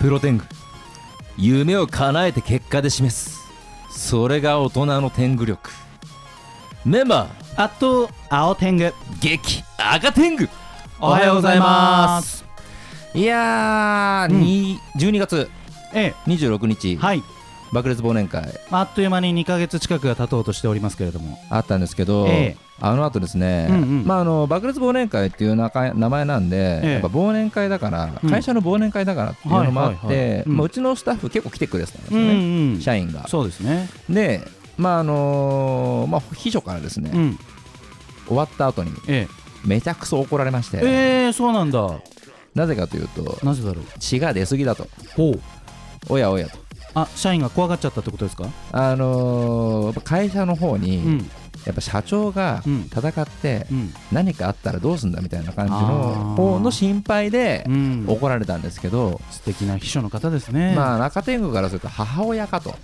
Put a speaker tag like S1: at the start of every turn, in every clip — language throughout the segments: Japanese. S1: プロテング夢を叶えて結果で示すそれが大人の天狗力メンバー
S2: あと青天狗
S1: 激赤天狗
S2: おはようございます
S1: いやー、
S2: うん
S1: に12月
S2: え
S1: 26日、
S2: えはい
S1: 爆裂忘年会
S2: あっという間に2ヶ月近くが経とうとしておりますけれども
S1: あったんですけど、
S2: ええ
S1: あの後ですね、
S2: うんうん
S1: まああの爆裂忘年会っていうなか名前なんで、
S2: ええ
S1: やっぱ忘年会だから、
S2: うん
S1: 会社の忘年会だからっていうのもあって、
S2: はいはいはいうん
S1: まあ、うちのスタッフ結構来てくれてたんです
S2: うん
S1: ね、
S2: うん
S1: 社員が。
S2: そうですね
S1: でまああのーまあ秘書からですね、
S2: うん
S1: 終わった後に
S2: え
S1: めちゃくそ怒られまして、
S2: えええそうなんだ
S1: なぜかというと
S2: なぜだろう
S1: 血が出過ぎだと
S2: ほう
S1: おやおやと
S2: あ社員が怖がっちゃったってことですか
S1: あのーやっぱ会社の方に、
S2: うん
S1: やっぱ社長が
S2: うん
S1: 戦って
S2: うん
S1: 何かあったらどうすんだみたいな感じ
S2: あー
S1: の方の心配で
S2: うん
S1: 怒られたんですけど、
S2: 素敵な秘書の方ですね
S1: まあ中天狗からすると母親かと、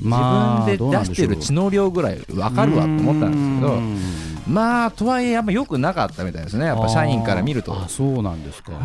S2: まあ
S1: 自分で出してる血の量ぐらい分かるわと思ったんですけど
S2: すけど
S1: まあとはいえあんま良くなかったみたいですねやっぱ社員から見ると。
S2: あーあそうなんですか、
S1: はい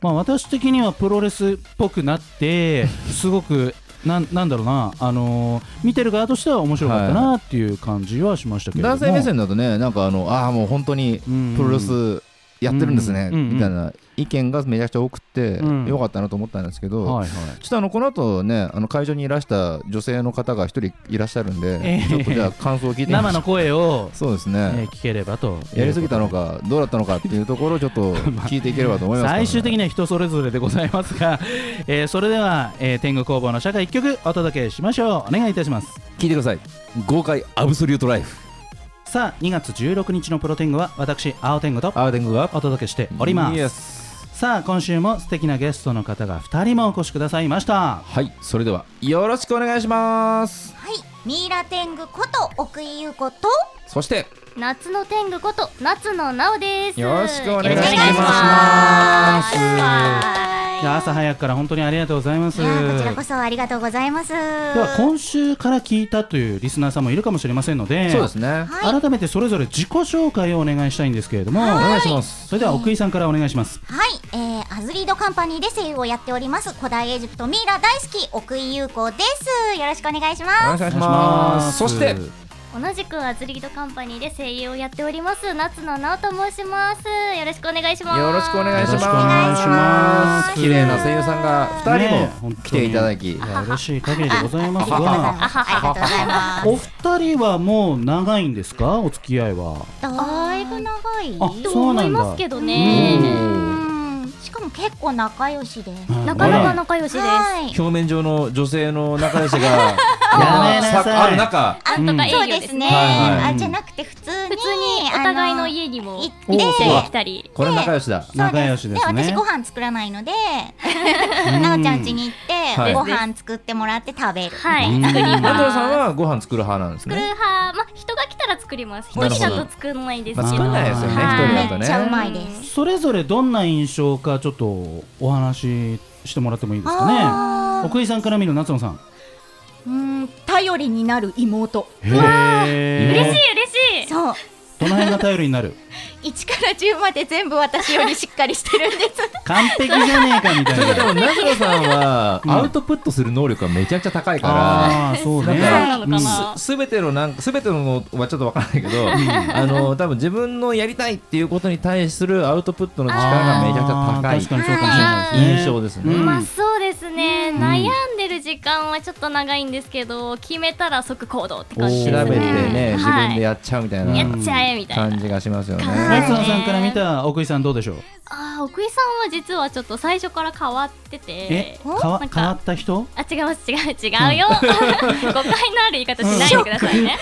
S2: まあ、私的にはプロレスっぽくな ってすごくなんなんだろうな、あのー見てる側としては面白かったなっていう感じはしましたけれども
S1: 男性目線だとねなんかあのああもう本当に
S2: うん
S1: プロレスやってるんですね
S2: うん
S1: みたいな意見がめちゃくちゃ多くて
S2: うん
S1: 良かったなと思ったんですけど、
S2: はいはい
S1: ちょっとあのこの後ねあの会場にいらした女性の方が一人いらっしゃるんで、
S2: ええ
S1: ちょっとじゃあ感想を聞いてみましょ
S2: 生
S1: う
S2: の声を、
S1: そうです
S2: え
S1: ね
S2: ー、聞ければと
S1: やりすぎたのかどうだったのかっていうところをちょっと聞いていければと思います、
S2: 最終的には人それぞれでございますが、えーそれでは、えー天狗工房の社会一曲お届けしましょうお願いいたします
S1: 聞いてください豪快アブソリュートライフ
S2: さあ2月16日のプロ天狗は私青天狗と
S1: アーテングが
S2: お届けしております
S1: イエス
S2: さあ今週も素敵なゲストの方が2人もお越しくださいました
S1: はいそれではよろしくお願いします
S3: はい、ミイラ天狗こと奥井優子と
S1: そして
S4: 夏の天狗こと夏のなおです
S1: よろしくお願いします
S4: よろくお願いします
S2: いや朝早くから本当にありがとうございます
S3: いやーこちらこそありがとうございますで
S2: では
S3: は
S2: 今週から聞いたというリスナーさんもいるかもしれませんので
S1: そうですね
S3: はい
S2: 改めてそれぞれ自己紹介をお願いしたいんですけれども
S1: お願いします
S2: それでは奥井さんからお願いします
S3: はい、えー、アズリードカンパニーで声優をやっております古代エジプトミイラ大好き奥井優子ですよろしくお願いし
S1: お願
S3: ま
S1: いし
S3: す
S1: ますそして
S4: 同じくアズリートカンパニーで声優をやっております夏のなおと申しますよろしくお願いします
S1: よろしくお願いし
S2: よろしくお願いしま
S1: ますす綺麗な声優さんが2
S2: ねえ
S1: 人
S2: 本
S1: も
S2: 当に
S1: 来ていただき、
S2: いや嬉しい限りでございます
S3: ありがとうご
S2: が
S3: ざいますありがとうございます
S2: お二人はもう長いんですかお付き合いは
S4: だいぶ長い
S2: あ
S4: と
S2: そう
S4: 思
S2: ないんだ
S4: ますけどね
S3: うんしかも結構仲良しで
S2: うん
S4: なかなか仲良しです
S3: はい
S1: 表面上の女性の仲 良しが
S2: やめなさい
S1: ある中
S3: あ
S4: なんとか営
S3: そう
S4: 業
S3: で
S4: ですす
S3: ね、
S4: ね
S1: はいはい
S3: あじゃなくて普通に
S4: 普通にお互いの家にも
S3: 行
S4: 行
S3: っ
S4: ってて来たり
S1: これ仲良しだ
S3: そうです
S2: 仲良しですね
S3: で私ご飯作らないのでなおちゃん家に行って、
S1: はい
S3: ご飯作ってもらって食べる、
S4: はい
S2: うん
S4: 作り
S1: アン
S4: ます
S1: ドレさんはご飯作る派なんです
S4: 作る
S1: ね
S4: 派まあ人が来たら作ります
S1: なる
S4: 一
S1: ほ
S4: 人
S1: ど
S4: だと作らないんです
S1: まあ
S4: け
S1: 作
S4: ど
S1: んないですよね一
S4: はい
S1: 人だと
S3: めっちゃう
S1: ね
S3: まいです、
S2: それぞれどんな印象かちょっとお話ししてもらってもいいですかね
S3: あ
S2: 奥井さんから見る夏野さん
S3: ーうん頼りになる妹
S2: へ
S4: 嬉し
S2: え
S4: い嬉しい
S3: そう
S2: どの辺が頼りになる
S3: 1から10まで全部私よりしっかりしてるんです
S2: 完璧じゃねえかみたい
S1: というかで
S2: な
S1: もナジロさんは
S2: うん
S1: アウトプットする能力がめちゃくちゃ高いか
S2: ああそう
S1: ら
S2: ね
S1: な
S4: そ
S1: ん
S4: うなのか
S1: か
S4: な
S1: すすべてのなんかすべてのはちょっとわからないけどあの多分自分のやりたいっていうことに対するアウトプットの力がめちゃくちゃ高い
S2: あー確かにそうかもしれないですね
S1: 印象ですね
S2: うん
S4: まあそうですね、
S2: ん
S4: 悩んでる時間はちょっと長いんですけど決めたら即行動って感じ
S1: 調
S4: ですね
S1: べてね自分で
S4: や,、
S1: やっちゃうみたい
S4: はい、や
S1: な
S4: っちゃえみたいな、
S1: 感じがしますよね
S2: 夏野さんから見た奥井さんどうでしょう
S4: あー奥井さんは実はちょっと最初から変わってて
S2: え変わ
S4: なん
S2: 変わ
S4: か
S2: った人
S4: あ違います違う違 うよ、誤解のある言い方しないでくださいね、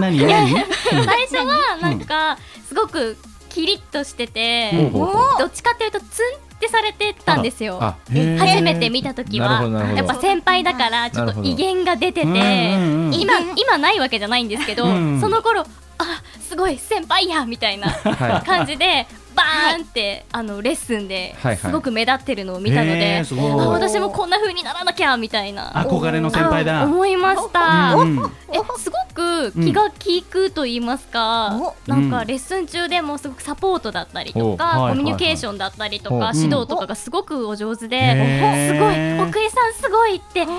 S2: 何何
S4: 最初はなんかすごくキリッとしてて、
S2: うん
S1: ほうほうほう
S4: どっちかっていうとツンってされてたんですよ
S1: あ
S2: へー
S4: 初めて見た時
S1: なる
S4: は
S1: ほどなるほど
S4: やっぱ先輩だからちょ
S1: なる
S4: っ
S1: ほ
S4: と
S1: ど
S4: 威厳が出てて、
S2: うんうんうん
S4: 今今ないわけじゃないんですけど、
S2: うん
S4: その頃あすごい先輩やみたいな
S1: はい
S4: 感じでバーンってあのレッスンで
S1: はいはい
S4: すごく目立ってるのを見たの
S2: へ
S4: で
S2: ーす、
S4: あ
S2: ごい
S4: 私もこんな風にならなきゃみたいな
S2: 憧れの先輩
S4: あ
S2: だ
S4: 思いました、
S2: うん
S4: えすごくく気が利くと言いますか、
S3: お
S4: なん
S2: う
S4: か
S2: ん
S4: レッスン中でもすごくサポートだったりと
S1: お
S2: はい
S4: か、
S2: はい
S4: コミュニケーションだったりと
S1: は
S4: か
S1: い、
S4: 指導とかがすごくお上手で、
S2: へー
S4: すごい奥井さんすごいってな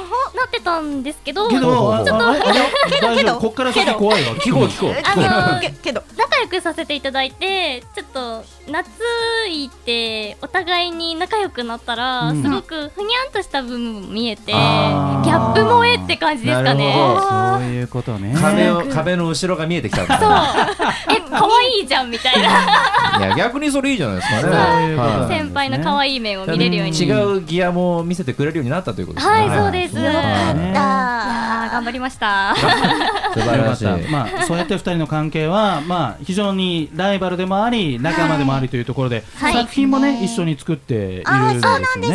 S4: ってたんですけど。
S2: け
S1: ほうほう
S2: ど、
S1: ほう
S2: あああ大
S3: け
S2: 丈
S3: ど
S2: 夫、こっから先怖いわ。
S1: 聞こう聞こう
S4: あの
S3: けけど
S4: 仲良くさせていただいてちょっと夏いてお互いに仲良くなったら、
S2: うん
S4: すごくふにゃんとした部分も見えてギ
S1: あ
S2: ー
S4: ャップ萌えって感じです
S1: な
S4: か
S1: るほ
S4: ね
S1: ど
S2: そういうことね。
S1: 壁を壁の後ろが見えてきたんだ
S4: そうえ可愛いじゃんみたいな
S1: いや逆にそれいいじゃないですかね
S2: そう
S1: は
S2: そう
S1: い
S4: 先輩の可愛い面を見れるように
S2: ん
S1: 違うギアも見せてくれるようになったということですね
S4: はいそうです
S1: はい
S4: よか
S2: ね
S4: あー
S3: だ
S4: 頑張りました
S1: 素晴
S2: よからっ
S1: しい
S2: たまあそうやって二人の関係はまあ非常にライバルでもあり仲間でもありというところで、
S4: はい
S2: 作品もね一緒に作っているんですよね。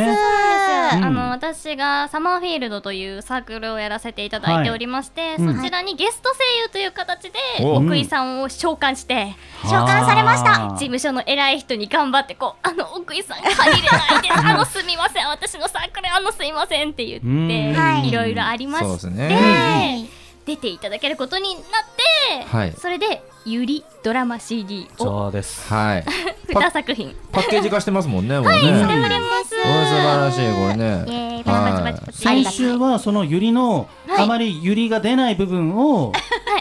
S3: ー
S2: うん
S4: あの私がサマーフィールドというサークルをやらせていただいておりまして、
S2: いうん
S4: そちらにゲスト声優という形で
S1: お
S4: 奥井さんを召喚して
S3: 召喚されました
S2: あー
S4: 事務所の偉い人に頑張ってこうあの奥井さん借りれないですあのすみません私のサークルあのすみませんって言って、
S2: うん
S3: はい
S4: いろいろありま
S1: そうで
S4: し
S1: す
S4: て、
S1: ね
S4: 出ていただけることになって、
S1: はい
S4: それでゆりドラマ CD を
S2: そうです。
S1: はい
S4: 2作品
S1: パッケージ化してますもんねもうね
S4: してお
S1: うん
S4: りま
S1: お
S4: す、
S1: 素晴らしいこれね
S4: イエーイパチパチ
S1: は
S4: パ
S1: い
S4: チパチ
S3: はい
S2: 最終はそのユリの
S4: はい
S2: あまりユリが出ない部分を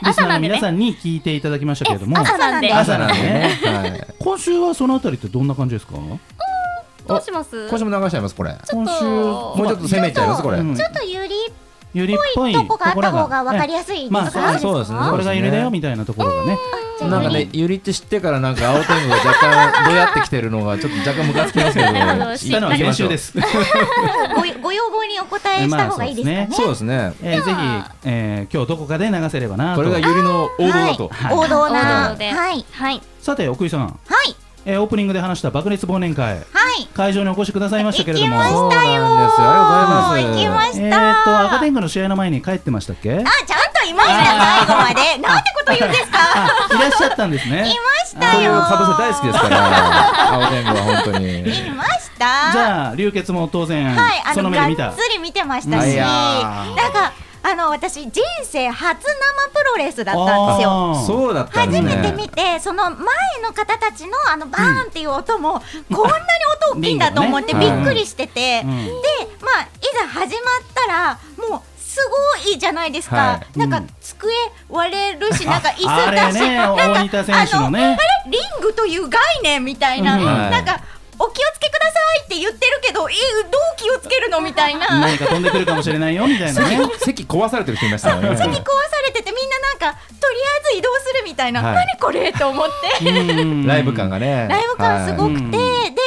S2: リスナーの皆さんに聞いていただきましたけれども、
S4: 朝なんで
S1: 朝なんでねはい
S2: 今週はそのあたりってどんな感じですか？
S4: どうします
S1: 今週も流しちゃいますこれも
S2: 今週
S4: も
S1: うちょっと攻めちゃいますこれ
S2: うん
S3: ちょっとゆりっ
S2: ユリっぽ
S3: ぽい
S2: い
S3: とこがあった方が
S2: わ
S3: 分かりやすい
S2: まあ
S3: ですか
S2: そう
S1: そうですね
S2: これがユリだよみたいなところがね。
S3: じゃあ
S1: なんかね、ゆりって知ってからなんか青天狗が若干ぼやってきてるのがちょっと若干ムカつきますけど
S4: なるほど知ったのは
S1: 行きましょう
S2: す。
S3: ごご要望にお答えした方がいいですかね。
S1: そうですね
S2: えーぜひ、えー今日どこかで流せればな
S1: ことれがゆりの王道だと
S2: はい
S3: 王道な。
S4: 王道で
S3: はい。
S4: はい
S2: さて奥井さん、
S3: はい。
S2: えーオープニングで話した爆裂忘年会
S3: はい。
S2: 会場にお越しくださいましたけれども
S3: 行きま
S1: そう
S3: したよ
S1: なんですよありがとうございます
S3: 行きまし
S2: え
S3: た。
S2: ーっと赤天狗の試合の前に帰ってましたっけ
S3: あ、ちゃんといました、最後まで。なんてこと言うんで すか。
S2: あいらっしゃったんですね
S3: いまし
S1: こ
S3: た
S1: ういう
S3: よ。
S1: かぶせ大好きですから青天狗は本当に
S3: いました。
S2: じゃあ流血も当然、
S3: はい、あ
S2: その
S3: の、
S2: 目で
S3: がっ
S2: 見た
S3: つり見てました
S1: うんい
S3: し、
S1: やー
S3: なんか、あの、私、人生初生プロレスだったんですよ。
S2: あー
S1: そうだったんで
S3: 初
S1: すね
S3: めて見て、その前の方たちのあのバーンっていう音も、こんなに音大きいんだと思って
S2: リン
S3: び
S2: ゴね
S3: っくりしてて、
S2: うん
S3: で、まあ、いざ始まったら、もう、すごいじゃないですか、
S1: は
S2: いう
S3: なん
S2: ん
S3: か机割れるし、なんか 椅
S2: あ
S3: 子だし、
S2: あれね
S3: なんか
S2: 大仁田選手のね
S3: ああれリングという概念みたいな、
S2: うん
S1: はい
S3: なんかお気をつけくださいって言ってるけど、えどう気をつけるのみたいな。
S2: 何か飛んでくるかもしれないよみたいなね
S1: 席席壊されてる人いましたもんね
S3: 席壊されててみんななんかとりあえず移動するみたいな、
S1: はい
S3: 何これと思って
S2: うん
S1: ライブ感がね
S3: ライブ感すごくて、
S2: はい
S3: で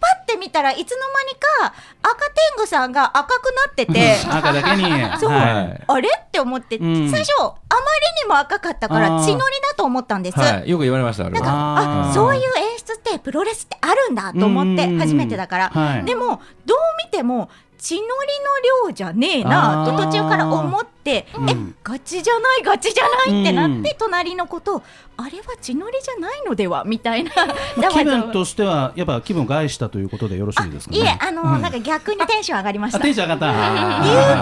S3: パッて見たらいつの間にか赤天狗さんが赤くなってて
S2: 赤だけに
S3: そう
S2: は
S3: あれって思って、
S2: うん
S3: 最初あまりにも赤かったか
S2: あ
S3: ら
S2: ー
S3: 血のりだと思ったんです、
S1: はいはいよく言われましたあれ
S3: なんか
S1: は
S2: あ
S3: あ
S2: ー
S3: そういう演出ってプロレスってあるんだと思って
S2: うん
S3: 初めてだから、
S2: はい
S3: でもどう見ても血のりの量じゃねえなと
S2: あー
S3: 途中から思って、
S2: うん
S3: えガチじゃないガチじゃないってなって、
S2: う
S3: 隣のことをあれは血のりじゃないのではみたいな
S2: まあ気
S3: ざわざ
S2: 分
S3: わ
S2: としてはやっぱ気分を害したということでよろしいですかね
S3: いえあの、
S2: はい
S3: なんか逆にテンション上がりまし
S2: あ
S3: た
S2: テン
S3: 流
S2: ショ
S3: 血
S2: ン上がった
S3: じ
S2: あ
S3: ゃん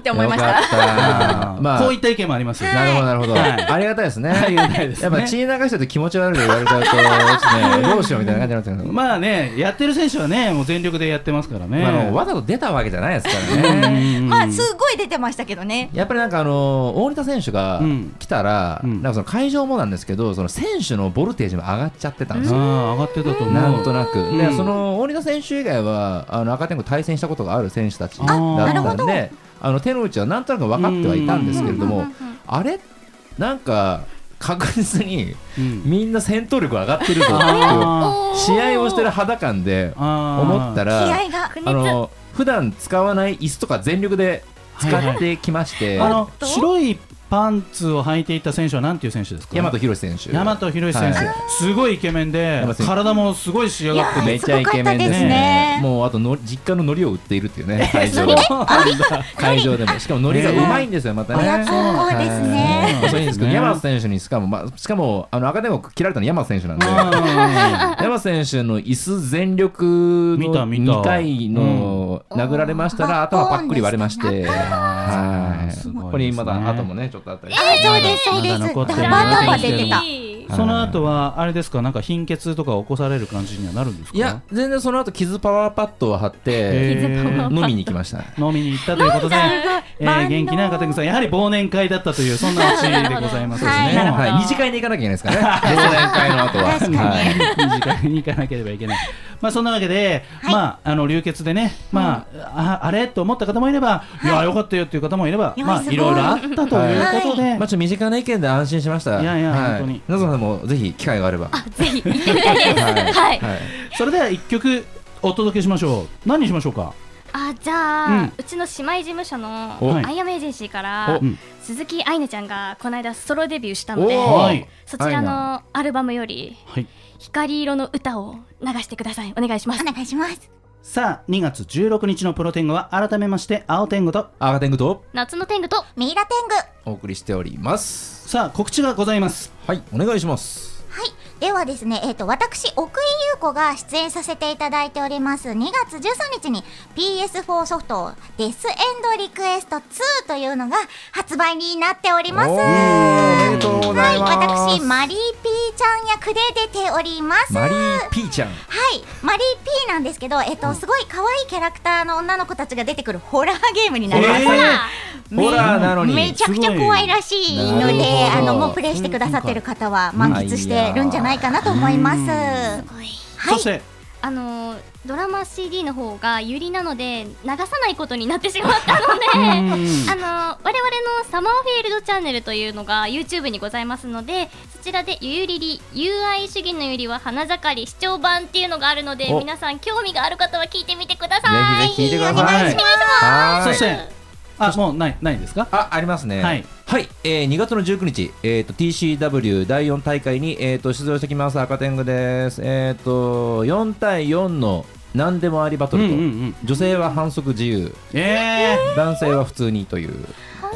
S3: って思いまし
S1: よ
S3: た
S1: かった
S2: ー
S1: まあ
S2: こういった意見もありますよ
S1: なるほどなるほど
S2: はい
S1: ありがたいですね
S2: ありがたいですね
S1: やっぱ血流してると気持ち悪いと言われちゃうとちょっとねどうしようみたいな感じになっちゃうけど
S2: まあねやってる選手はねもう全力でやってますからね
S1: まああのわざと出たわけじゃないですから
S2: う
S1: ね
S2: ん
S3: まあすごい出てましたけどね
S1: やっぱりなんかあの大仁田選手が
S2: うん
S1: 来たら、
S2: うん
S1: なんかその会場もなんですけど、その選手のボルテージも上がっちゃってたんです
S2: あ
S1: よ。
S2: あ上がってたと思う
S1: なんとなく、
S2: ん
S1: でその大仁田選手以外はあの赤天狗対戦したことがある選手たちだ
S2: あなる
S1: っ
S2: ほ
S1: たん
S3: ど
S1: で、あの手の内はなんとなく分かってはいたんですけれども、あれなんか確実に
S2: うん
S1: みんな戦闘力上がってるぞっていう
S2: あ
S1: 試合をしてる肌感で
S2: ーあー
S1: 思った
S3: 気
S1: ら、
S3: 合が
S1: あの普段使わない椅子とか全力で使ってきまして、
S2: あの白いパンツを履いていた選手はなんていう選手ですか
S1: 大和博選手。
S2: 大和博選手、
S1: は
S2: すごいイケメンで
S1: 大和選手
S2: 体もすごい仕上がって
S1: めっちゃイケメンですね
S2: すご
S1: もう
S2: かったです
S3: ね
S1: あとの実家の海苔を売っているっていうね会場
S2: そ
S1: で
S2: う
S1: 会場でもしかも海苔がうまいんですよまた
S3: おや
S1: ね
S3: つそうですね
S1: はいそういいんですけど
S2: ね
S1: 山本選手にしかもまあしかもあの赤点を切られたの山本選手なんで
S2: あ
S1: 山本選手の椅子全力
S2: 見た
S1: の
S2: 見た
S1: 2回の
S3: ん
S1: 殴られましたら
S3: あ
S1: 頭パックリ割れまして
S2: ー
S1: はい
S2: すごいですね
S1: ここにまだ後もねちょ
S5: ょっとあったり
S3: あそうですそうで
S2: ま
S3: す
S2: だ残ってる
S3: ダバダバ出てた
S1: はい
S2: その後はあれですかなんか貧血とか起こされる感じにはなるんですか
S5: いや全然その後傷パワーパッドを貼って
S2: えー
S5: 飲みに行きましたね
S2: 飲みに行ったということで、え
S3: 万能
S2: ー、元気な片桐さんやはり忘年会だったというそんなオチでございます
S3: はい
S2: ね
S3: なる
S5: はい、二次会に行かなきゃいけないですからね 忘年会の後は
S3: 確かに
S5: はい
S2: 二次会に行かなければいけない。まあそんなわけで、まああの流血でね、まあ、ああれと思った方もいれば、い、やよかったよっていう方もいれば、
S3: いや
S2: まあ
S3: すごい
S2: いろいろあったということで、
S5: まあ、ちょっと身近な意見で安心しました。
S2: いやいや
S5: は
S2: 本当に
S1: なぞさんもぜひ機会があれば
S4: ぜひ行ってみたいですはい
S5: はい。
S2: それでは一曲お届けしましょう。何にしましょうか。
S4: あじゃあ、
S2: う
S4: うんちの姉妹事務所
S2: お
S4: のアイアムエージェンシーか
S2: お
S4: ら
S2: うん
S4: 鈴木愛音ちゃんがこの間ソロデビューしたので
S5: おー
S2: はい
S4: そちらのアルバムより
S2: はい。
S4: 光色の歌を流してくださいお願いします
S3: お願いします
S2: さあ2月16日のプロテングは改めまして青天狗と
S1: アガテングと
S4: 夏の天狗と
S3: ミイラ天狗
S1: お送りしております
S2: さあ告知がございます。
S1: はいお願いします
S3: はい。ではですね、えっ、と、私、奥井優子が出演させていただいております、2月13日に PS4 ソフト、デスエンドリクエスト2というのが発売になっております。
S1: お
S3: は
S1: めでとうござ
S3: い、
S1: います
S3: 私、マリーピーちゃん役で出ております。
S1: マリー・ピーちゃん
S3: はい、マリー P なんですけど、えっと、すごい可愛いキャラクターの女の子たちが出てくるホラーゲームになります。め
S1: ホラーなのに
S3: めちゃくちゃ怖いらしいの
S1: すごい
S3: で、
S1: な
S3: あ
S1: るほど
S3: のもうプレイしてくださってる方は満喫してるんじゃないかなと思います。は
S2: そし
S3: い、
S2: て
S4: あのードラマ CD の方がユリなので流さないことになってしまったのであのー我々のサマーフィールドチャンネルというのが YouTube にございますのでそちらでゆゆりり「友愛主義のゆりは花盛り視聴版」っていうのがあるので
S1: お
S4: 皆さん興味がある方は聞いてみてください。
S1: ぜひぜひ聞いてくだ
S2: さい
S4: お願いします
S1: は
S2: そしてあもうないないですか。
S1: あありますね
S2: はい、
S1: はいえー2月の19日、えー、と TCW 第4大会に、えー、と出場してきます赤天狗ですえっ、と4対4の何でもありバトルと、
S2: うんうんうん
S1: 女性は反則自由
S2: えー
S1: 男性は普通にという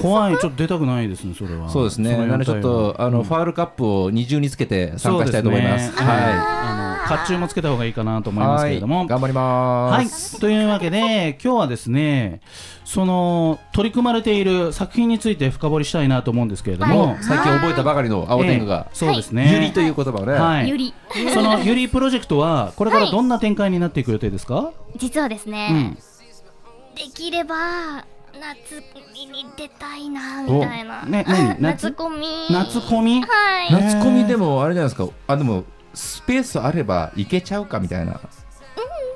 S2: 怖いちょっと出たくないですねそれは
S1: そうですね
S2: の
S1: なの
S2: 屋
S1: で
S2: 台
S1: ちょっとあの、ファールカップを二重につけて参加したいと思います
S2: そうですね
S1: は
S2: あの甲冑もつけた方がいいかなと
S1: い
S2: 思いますけれど
S1: は
S2: も
S1: い頑張りま
S2: はい
S1: す、
S2: というわけで今日はですねその取り組まれている作品について深掘りしたいなと思うんですけれども、
S1: 最近覚えたばかりの青天狗が
S2: ええ、そうですね、
S1: ゆりという言葉をね、
S2: はい
S4: ゆり
S2: そのゆりプロジェクトはこれから
S4: はい
S2: どんな展開になっていく予定ですか、
S4: 実はですね、
S2: うん
S4: できれば夏コミに出たいなみたいな、
S2: おね何夏
S4: 夏コミ
S2: 夏コミ
S4: はい
S1: 夏コミでもあれじゃないですかあでもスペースあれば行けちゃうかみたいな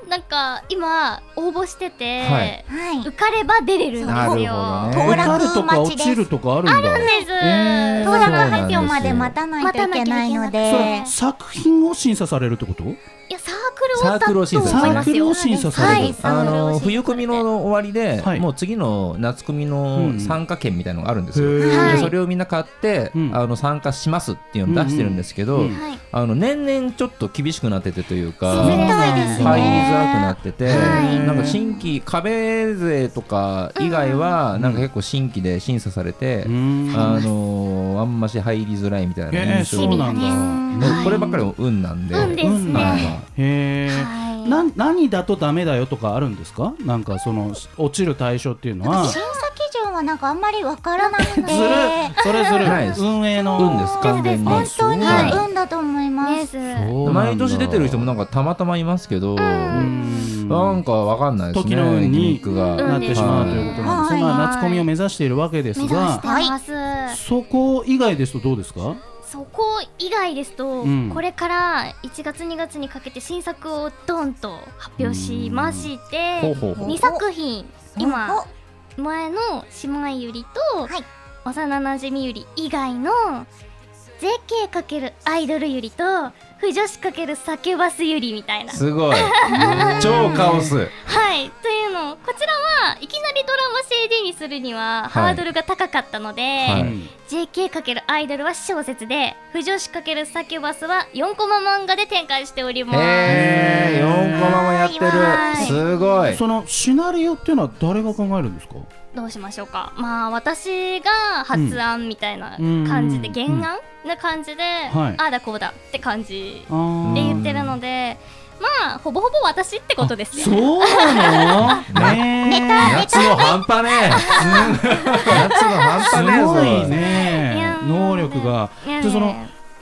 S4: なんか今応募してて、
S1: はい
S3: はい、
S4: 受かれば出れるんですよ
S1: なるほどね
S3: 当落
S2: 受かるとか
S3: 待
S2: 落
S3: ちです
S2: ちるとかあるんだ
S4: そうです、
S2: え
S3: 当落発表まで待たないといけないの
S4: え
S3: で、
S2: それ作品を審査されるってこと
S4: いやサークルを
S1: サークルを審査
S4: だと思いま
S2: サー
S4: すよ
S2: クルを審査される
S4: はいサ
S1: あ
S4: ークルを
S1: の
S4: 審査され
S1: 冬
S4: て
S1: 組の終わりで、
S2: はい
S1: もう次の夏組の参加券みたいのがあるんですよ、
S2: うんへ
S4: ー
S1: でそれをみんな買って、
S2: うん
S1: あの参加しますっていうのを出してるんですけど、
S2: うんうんうん
S4: はい
S1: あの年々ちょっと厳しくなっててというか
S2: そう
S3: 絶対ですね。
S1: 入りづらくなってて、
S2: はい
S1: なんか新規壁税とか以外はなんか結構新規で審査されて、
S2: うん
S1: あのーあんまし入りづらいみたいな
S2: えー、
S1: 印象
S2: そうなんだ。
S1: もうこればっかりも運なんで、
S4: 運です
S2: 運な
S4: ね、
S2: んだ
S1: は
S2: へえ。
S4: はい
S2: な何だとダメだよとかあるんですか？なんかその落ちる対象っていうのは
S3: 審査基準はなんかあんまりわからなくて、
S2: ずるそれずる
S1: ないです
S2: 運営の
S1: 運です完全に
S3: 本当に
S1: はい
S3: 運だと思いま。
S4: ですす
S2: そうなんだ
S1: 毎年出てる人もなんかたまたまいますけど、
S2: うん
S1: なんかわかんないですね
S2: 時の運に
S1: ギミックが、
S2: なってしまうということなんです。
S3: はい
S2: まあ夏コミを目指しているわけです
S4: 目指し
S2: が
S4: て、ます、
S2: そこ以外ですとどうですか？
S4: そこ以外ですと、
S2: うん
S4: これから1月2月にかけて新作をドンと発表しまして、
S1: ほうほうほう
S4: 2作品今
S3: お
S4: 前の姉妹ゆりと、
S3: はい
S4: 幼なじみゆり以外の JK× アイドルゆりと不女子×叫ばすゆりみたいな
S1: すごい超カオス
S4: はいというのをこちらはいきなりドラマ CD にするにはハードルが高かったので、
S1: はい
S2: うん
S4: JK× アイドルは小説で不女子×叫ばすは4コマ漫画で展開しております。
S1: へえ4コマもやってるすごい
S2: そのシナリオっていうのは誰が考えるんですか？
S4: どうしましょうかまあ私が発案みたいな感じで、
S2: うん
S4: 原案な感じで、
S2: はい
S4: ああだこうだって感じ
S2: あ
S4: で
S2: ー
S4: 言ってるのでまあほぼほぼ私ってことですよ
S2: そうなの？ねえ。
S1: 夏の量半端ねえ夏の半
S2: す
S1: 端ねえぞ
S2: ごい
S4: い
S2: ね
S4: やー
S2: 能力が
S4: いやね
S2: でその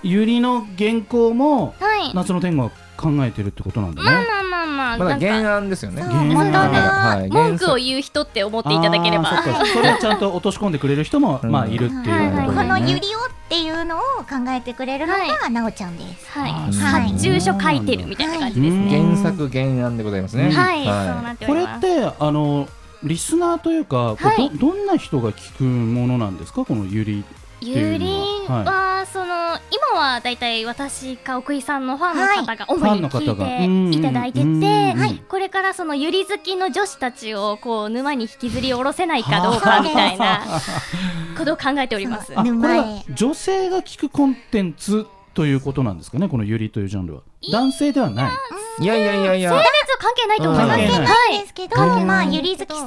S2: ユリの原稿も
S4: はい
S2: 夏の天狗は考えてるってことなんだ
S4: まあ
S2: ね
S4: まあまあま
S1: ま
S4: あな
S1: だ
S4: んか
S1: 原案ですよね
S3: そう
S2: 原因
S3: 本当
S2: だか
S3: だ
S1: はい
S4: 文句を
S1: 原
S4: 言う人って思っ
S2: あ
S4: ていただけれ
S2: ー
S4: ば
S2: そっかそれをちゃんと落とし込んでくれる人も
S1: うん
S2: まあいるっていうこと
S4: はいはい
S2: だ
S3: こ
S2: ね
S3: のゆりをっていうのを考えてくれるのがなおちゃんです。
S4: は
S2: あ
S4: い
S2: ー
S3: はい
S2: そう
S4: 住所書いてるみたいな感じです
S2: うん
S4: ね
S1: 原作原案でございますね
S4: はい、そうなってお
S2: こ
S4: り
S2: れ
S4: ま
S2: っ
S4: す
S2: てあのリスナーというか、これ
S4: はい
S2: どどんな人が聞くものなんですかこのユリってい
S4: ゆ
S2: う
S4: り
S2: の
S4: ん
S2: は
S4: はその今はだいたい私か奥井さんのファンの方が主
S2: ファン
S4: に
S2: の方が
S4: 聞いていただいて
S2: うんうんうんうん
S4: てはいこれからそのゆり好きの女子たちをこう沼に引きずり下ろせないかどうかみたいなことを考えております
S2: あこれは
S3: 沼
S2: 女性が聞くコンテンツということなんですかねこのユリというジャンルは男性ではない
S1: いやいやいやいや
S4: 性別は関係ないと思います
S2: 関係ない
S3: なんですけど、
S2: はい
S3: まあゆりずきさん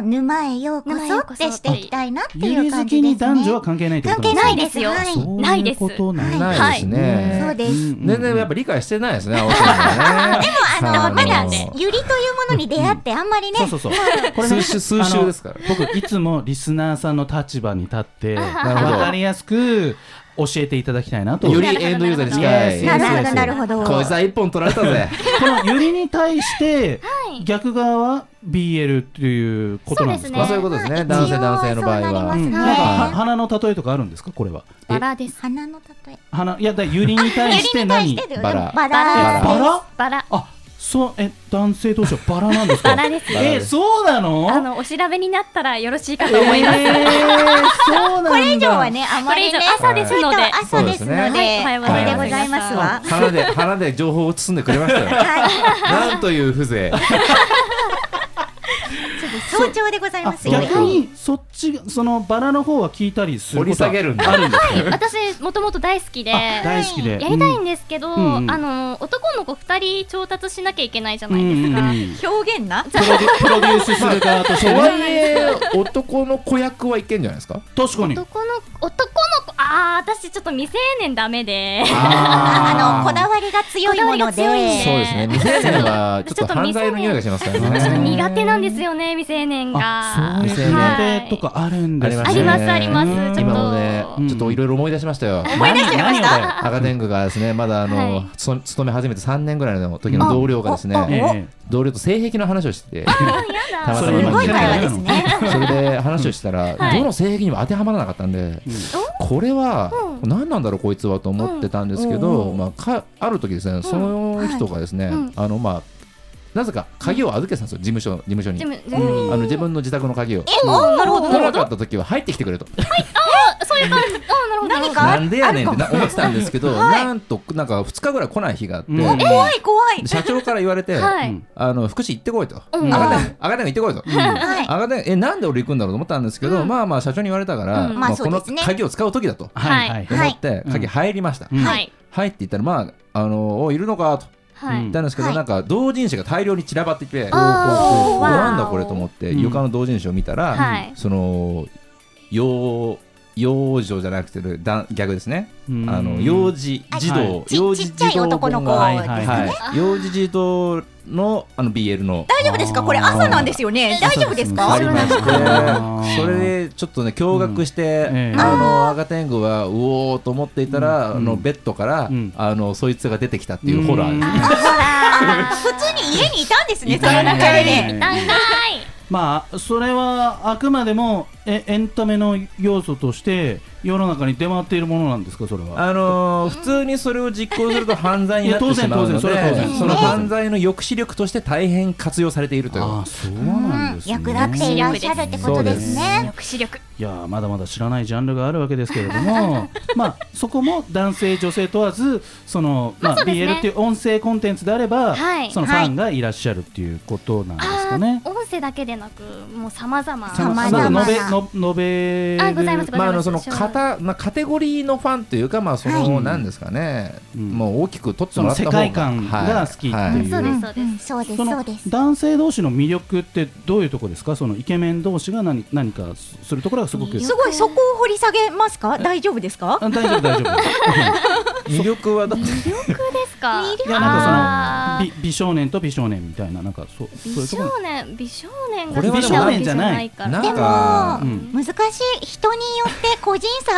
S3: を沼へようこ
S4: 沼へようこ
S3: そって
S4: そ
S3: していきたいなって
S2: ユ
S3: い
S2: リ
S3: う
S2: 好
S3: 感
S2: き
S3: じ
S2: に
S3: です
S2: 男女は
S3: ね。
S2: 関係ないってこと
S3: 関係
S2: なんで
S3: ないですよ。
S4: 関係ないですよ
S2: すそ
S3: はい
S4: ないです
S2: ういうことなんだ
S1: ないですね
S3: そうです。
S2: うんうん
S1: 全然やっぱ理解してないですね青木さんはね
S3: あの
S1: さ
S3: まだ
S1: あの
S3: ゆりというものに出会ってあんまりね、
S2: そうそうそう。これね
S1: 数週数週ですから
S2: あの僕いつもリスナーさんの立場に立 って、
S1: るほど
S2: わかりやすく教えていただきたいなと。
S1: よりエンドユーザーに近い
S2: いや
S3: な
S2: や
S3: いるほどなるほど。
S1: こいつは一本取られたぜ
S2: このユリに対して
S4: い
S2: 逆側は BL っていうことなんです
S4: そ
S1: まあ
S2: か。
S1: そういうことですね男性男性の場合
S3: う
S1: は
S3: です
S2: ん
S3: ね
S2: なんかは花の例えとかあるんですかこれは。
S4: バラです
S3: 花の例え。
S2: 花いやだからユリに対して 何？
S3: でも
S1: バラバ
S3: バラ。
S2: バラ？
S4: バラ
S2: あそうえ男性同士はバラなんですか。
S4: バラです
S1: バラ
S2: え
S1: です
S2: そうなの？
S4: あのお調べになったらよろしいかと思います、
S2: えーそうなんだ。これ
S3: 以上はね、あ
S4: こ
S3: ま
S4: れ
S3: り
S4: 以上
S3: ね。
S4: 朝ですの
S3: ち
S4: で、
S3: ょっと朝です
S1: そ
S3: ので、
S1: うです
S4: ねはいお
S3: こ
S4: は
S3: れで
S1: よう
S3: ご
S1: ご
S3: ざ
S4: ざ
S3: い
S4: い
S3: ま
S4: ます
S3: すわ。
S1: 花で花で情報を包んでくれましたよなんという風情
S3: 早朝でござい
S2: あ
S3: ますよ。
S2: 逆にそっちがそのバラの方は聞いたりする
S1: 掘り
S2: ことは
S1: 下げるんだ
S2: あるんですね。
S4: 私もともと大好きで
S2: あ大好きで。
S4: やりたい
S2: うん
S4: んですけど、
S2: うんうん
S4: あの男の子2人調達しなきゃいけないじゃないですか、
S2: うんうんうん
S3: 表現な。
S2: プロデュプロデュースする側として
S1: とは
S2: ね。
S1: いえ男の子役はいけんじゃないですか
S2: 確かに。
S4: 男の男の子あー私ちょっと未成年ダメで
S3: ああのこ
S2: ー
S3: だわりが強いもの
S4: こだわりが強いん
S3: で。
S1: そうですね未成年はちょっと
S4: ちょっと
S1: 犯罪の匂いがしますからね
S4: ちょっと苦手なんですよね未成年が
S2: あそういう
S1: 未成
S2: 家庭とかあるんですね。
S4: ありますあります
S2: うん
S4: ちょっと
S1: 今もね
S2: うん
S1: ちょっといろいろ思い出しましたよ
S2: 思い出してました。
S1: 赤天狗がですねまだあ
S4: は
S1: の
S4: い
S1: つ勤め始めて3年ぐらいの時の同僚がです
S3: あお
S1: ね
S3: お
S2: え
S1: 同僚と性癖の話をしてて
S4: や
S1: たまた
S4: だ
S2: そ
S1: ま
S2: れ
S3: す
S1: なん
S3: ご
S1: か
S3: い会話ですね。
S1: それで話をしたら、
S4: はい
S1: どの性癖にも当てはまらなかったんで、これは
S4: う
S1: 何なんだろうこいつはと思ってたんですけど、
S3: う
S1: まあ、かある時ですねその人がですね、
S4: うん
S1: あのまあなぜか鍵を預けてたんですよ事務所事務所に
S4: でも。でも
S1: うんあの自分の自宅の鍵を
S3: え、おなるほど
S1: 来
S3: なる
S1: な
S3: ほ
S1: か
S3: ど。
S1: った時は入ってきてくれと
S4: そういう感じあーなるほどな
S3: 何
S4: るほど
S3: かあ
S1: な
S3: る
S1: んでやねんってな思ってたんですけど、
S3: はい
S1: なんとなんか2日ぐらい来ない日があって、
S2: うん
S3: お怖い怖い。
S1: 社長から言われて、
S4: はい、
S2: うん
S1: あの福祉行ってこいと、
S4: うん
S1: 赤点赤点行ってこいと、
S3: はい。
S1: あがねえなんで俺行くんだろうと思ったんですけど、
S4: うん
S1: まあまあ社長に言われたから、
S4: うん
S1: まあ
S3: まあそ
S1: こ
S3: う
S1: の
S3: ですね
S1: 鍵を使う時だと
S2: はいはい
S3: は
S1: 思
S3: い
S1: って
S2: うん
S1: 鍵入りました、
S2: うん
S4: はい
S1: 入っていったらまああのおいるのかと
S4: は
S2: う
S4: い
S1: 言ったんですけど、
S3: はい
S1: なんか同人誌が大量に散らばってきて、
S4: あー
S1: お
S4: わー
S1: なんだこれと思って、
S2: うん
S1: 床の同人誌を見たら、
S4: はい
S1: その幼幼女じゃなくてだ逆ですね、
S2: うん
S1: あの幼児
S3: はい
S1: 児童、
S3: ち
S1: 幼児
S3: ちっちゃい
S1: 児童
S3: 男の子
S1: 本が
S2: はいはい
S1: は
S2: はい。
S1: い、幼児児童のあの BL の
S3: 大丈夫ですかこれ朝なんですよね。大丈夫です
S1: あ
S3: か
S1: り？まし
S2: あ
S1: て、
S2: ー
S1: それでちょっとね、驚愕して、
S2: うんええ
S1: あの赤天狗はうおーと思っていたら、
S2: うん
S1: あのベッドから、
S2: うん
S1: あのそいつが出てきたっていうホラーです。
S2: うん
S3: あ普通に家にいたんですね。その中でね。
S4: 段階
S2: まあそれはあくまでもえエンタメの要素として世の中に出回っているものなんですかそれは。
S1: あのー普通にそれを実行すると犯罪になっ
S2: い
S1: て
S2: や
S1: しまうので
S2: 当然当然それは当然
S1: その犯罪の抑止力として大変活用されているという
S2: あーそうなんですね。
S3: 役立っていらっしゃるってことですね。
S4: 抑止力
S2: いやーまだまだ知らないジャンルがあるわけですけれども まあそこも男性女性問わずその、まあ
S4: まあそうですね
S2: BL っていう音声コンテンツであれば、
S4: はい
S2: そのファンがいらっしゃるっていうことなんですかね。
S4: 音声だけでなくもうさまざま
S3: 様々
S2: ま
S3: な
S2: あ述べの述べる
S4: あございます
S1: まあ、あのその
S4: ございます
S1: た、まあ、カテゴリーのファンというか、まあ、その、
S2: はい
S1: なんですかね、
S2: うん
S1: もう大きく取って
S2: そ
S1: もら
S2: の
S1: った
S2: 世
S1: 方が
S2: 界観が好きっていう、
S1: はいはい
S4: そうですそうです
S3: んそうで
S2: そ
S3: すそう
S2: の
S3: です
S2: 男性同士の魅力ってどういうとこですかそのイケメン同士が何何かするところがすごく
S4: 魅
S3: すごいそこを掘り下げますか大丈夫ですか
S2: あ大丈夫 大丈夫
S1: 魅力はだって
S4: ですか
S3: 魅力
S2: いやなんか
S4: あ
S2: そ
S4: ー
S2: の美美少年と美少年みたいななんかそうそうい
S4: 美
S2: うとこ
S4: 少年美少年
S1: こ
S4: が
S1: れは
S4: 好
S1: で
S4: き
S1: も
S4: なわけじゃないから
S1: な
S3: で
S1: ん
S3: も
S1: か
S2: うん
S3: 難しい人によって個人差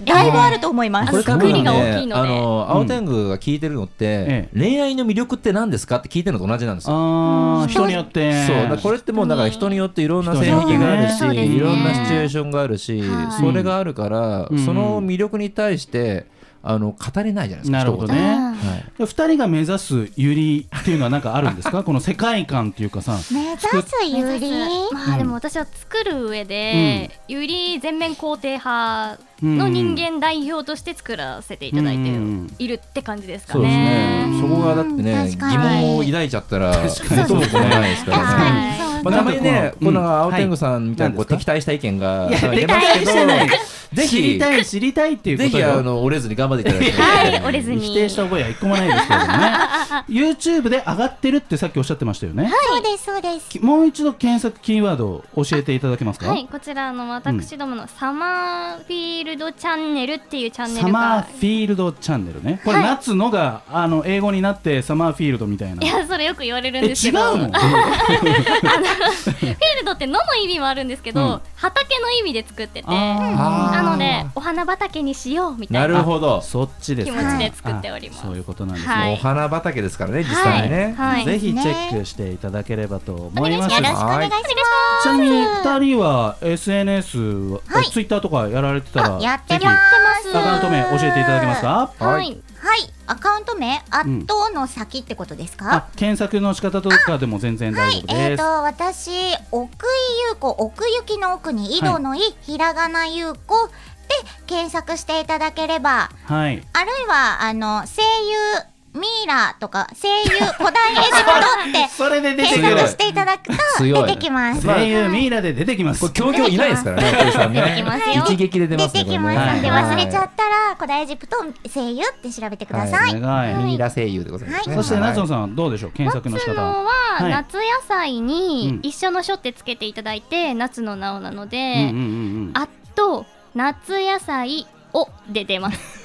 S3: だいぶあると思います
S1: これ多
S4: 作
S1: 分
S4: り
S1: ね
S4: が大きいので
S1: あの青天狗が聞いてるのって、
S2: ええ
S1: 恋愛の魅力って何ですかって聞いてるのと同じなんですよ。
S2: あー人によって
S1: そうだからこれってもうだから人によっていろんな性
S2: 人
S1: 癖
S2: によ
S1: が
S2: って
S1: あ
S2: ね
S1: るし、
S4: そうですね
S1: いろんなシチュエーションがあるし、
S4: はい
S1: それがあるから、
S2: うん
S1: その魅力に対してあの語れないじゃないですか。
S2: なるほど
S1: 人
S2: ね
S4: うん
S1: ははい、
S2: 二人が目指すユリっていうのはなんかあるんで すかこの世界観っていうかさ
S3: 目指すゆり
S4: ま
S2: うん
S4: あでも私は作る上で、より全面肯定派の人間代表として作らせていただいて
S2: うん
S4: いるって感じですか
S1: そうですね
S4: ね。。
S1: そこがだってね
S3: 確
S1: 疑
S3: かに
S1: 問を抱いちゃったら
S2: かに
S1: 元も子もないですか
S3: 確
S1: ら
S3: か
S1: ね。
S3: にそう
S1: まあ、
S2: な
S1: た
S2: んか
S1: まにね、こ
S2: このうん
S1: の青天狗さんみたいなこう
S2: はい
S1: 敵対した意見が
S2: いや
S1: 出ますけど
S2: 敵対してない、
S1: ぜ
S2: 知り
S1: ひ、
S2: たい知りたいっていうこ
S1: ぜ
S2: と
S1: ひ
S2: よ
S1: あの折れずに頑張っていただきた。
S4: はいい、折れずに。
S2: 否定した覚えは一個もないですけれど もね YouTube で上がってるってさっきおっしゃってましたよね、
S3: そうですそうです
S2: きもう一度検索キーワードを教えていただけますか、
S4: はい、こちらの私どものサマーフィールドチャンネルっていうチャンネ
S2: サ
S4: ル
S2: マー
S4: が
S2: フ。ィールドチャンネルねこれ
S4: はい
S2: 夏のが、あの英語になってサマーフィールドみたいない
S4: や、それよく言われるん
S2: え違
S4: で
S2: う
S4: すけど。
S2: の
S4: フィールドってのの意味もあるんですけど、
S2: うん
S4: 畑の意味で作ってて。
S2: あ
S1: あ
S4: な
S1: ー
S4: ので、お花畑にしようみたいな。
S1: なるほど
S2: ー。そっちですね
S4: 気持ちで作っております
S2: あそういうことなんですね、
S4: はい
S1: お花畑ですからね、実際ね。
S4: はいはい
S2: ぜひチェックしていただければと思い
S4: お願
S2: ま
S4: い
S2: す
S3: よ
S4: し
S3: ろしくお願いします
S2: ちなみに二人は SNS、
S3: はい
S2: ツイッターとかやられてたら
S3: あやって
S2: ぜひ
S3: ま
S2: ア
S3: す
S2: カウント名教えていただけますか
S4: は
S1: はい
S4: い、
S3: はいアカウント名ア
S2: ん
S3: ットの先ってことですか
S2: あ検索の仕方とかでも全然大
S3: は
S2: 丈
S3: い
S2: 夫、
S3: え
S2: です、
S3: ーと私奥井優子奥行きの奥に井戸の井、ひらがな優子で検索していただければ
S2: はい
S3: あるいはあの声優ミイラとか声優古代エジ プトっ
S2: それで
S3: て
S2: 出てく
S3: 検
S2: る
S3: 索していただくと
S1: 強い
S3: 出てきます。
S2: 声優ミイラで出てきます
S1: これ、強々いないですからね、お父さんね
S3: 出てきますよ
S1: 一撃で出
S3: 出
S1: ますね、
S3: て
S1: こ
S3: き
S1: れ
S3: ま
S1: ね。
S3: すんで忘れちゃ
S1: は
S3: ったら古代エジプト声優って調べてください。
S2: お願い
S1: い。ミイラ声優でございますね。
S2: そして
S1: はい
S2: 夏野さんはどうでしょう検索の仕
S4: 夏
S2: 方
S4: の
S2: は
S4: は、
S2: はい
S4: 夏野菜に
S2: うん
S4: 一緒の書ってつけていただいて、夏のなおなの
S2: うんうん
S4: で、
S2: うんうん
S4: あと夏野菜をで出ます。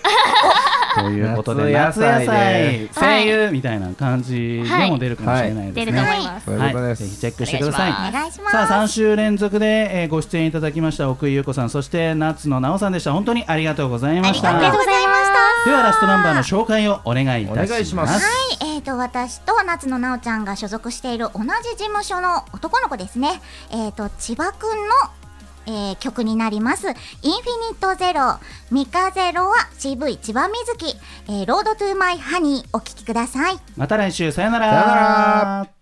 S2: ということで
S1: 夏
S2: 夏野
S1: 野菜
S2: 菜で
S1: で
S2: 声優みたいな感じでも出るかもしれない
S4: 出
S2: で
S4: る
S2: すね
S4: と思
S3: はい
S4: ます。
S1: そういうこと
S2: は
S1: で
S2: い、ぜひ
S1: す。
S2: チェックしてください
S4: お願
S3: お願いします。
S2: さあ3週連続で、えーご出演いただきました奥井優子さんそして夏野直さんでした本当にありがとうございまし
S3: ありがとう
S2: た
S3: ございました。
S2: ではラストナンバーの紹介をお願いいたします
S1: お願いします
S3: はい、えー、と私と夏野奈緒ちゃんが所属している同じ事務所の男の子ですね、えー、と千葉くんの、えー曲になります「インフィニットゼロ」「ミカゼロ」は CV 千葉みずき「えーロードトゥーマイハニー」お聴きください。
S2: また来週さよなら
S1: さよなら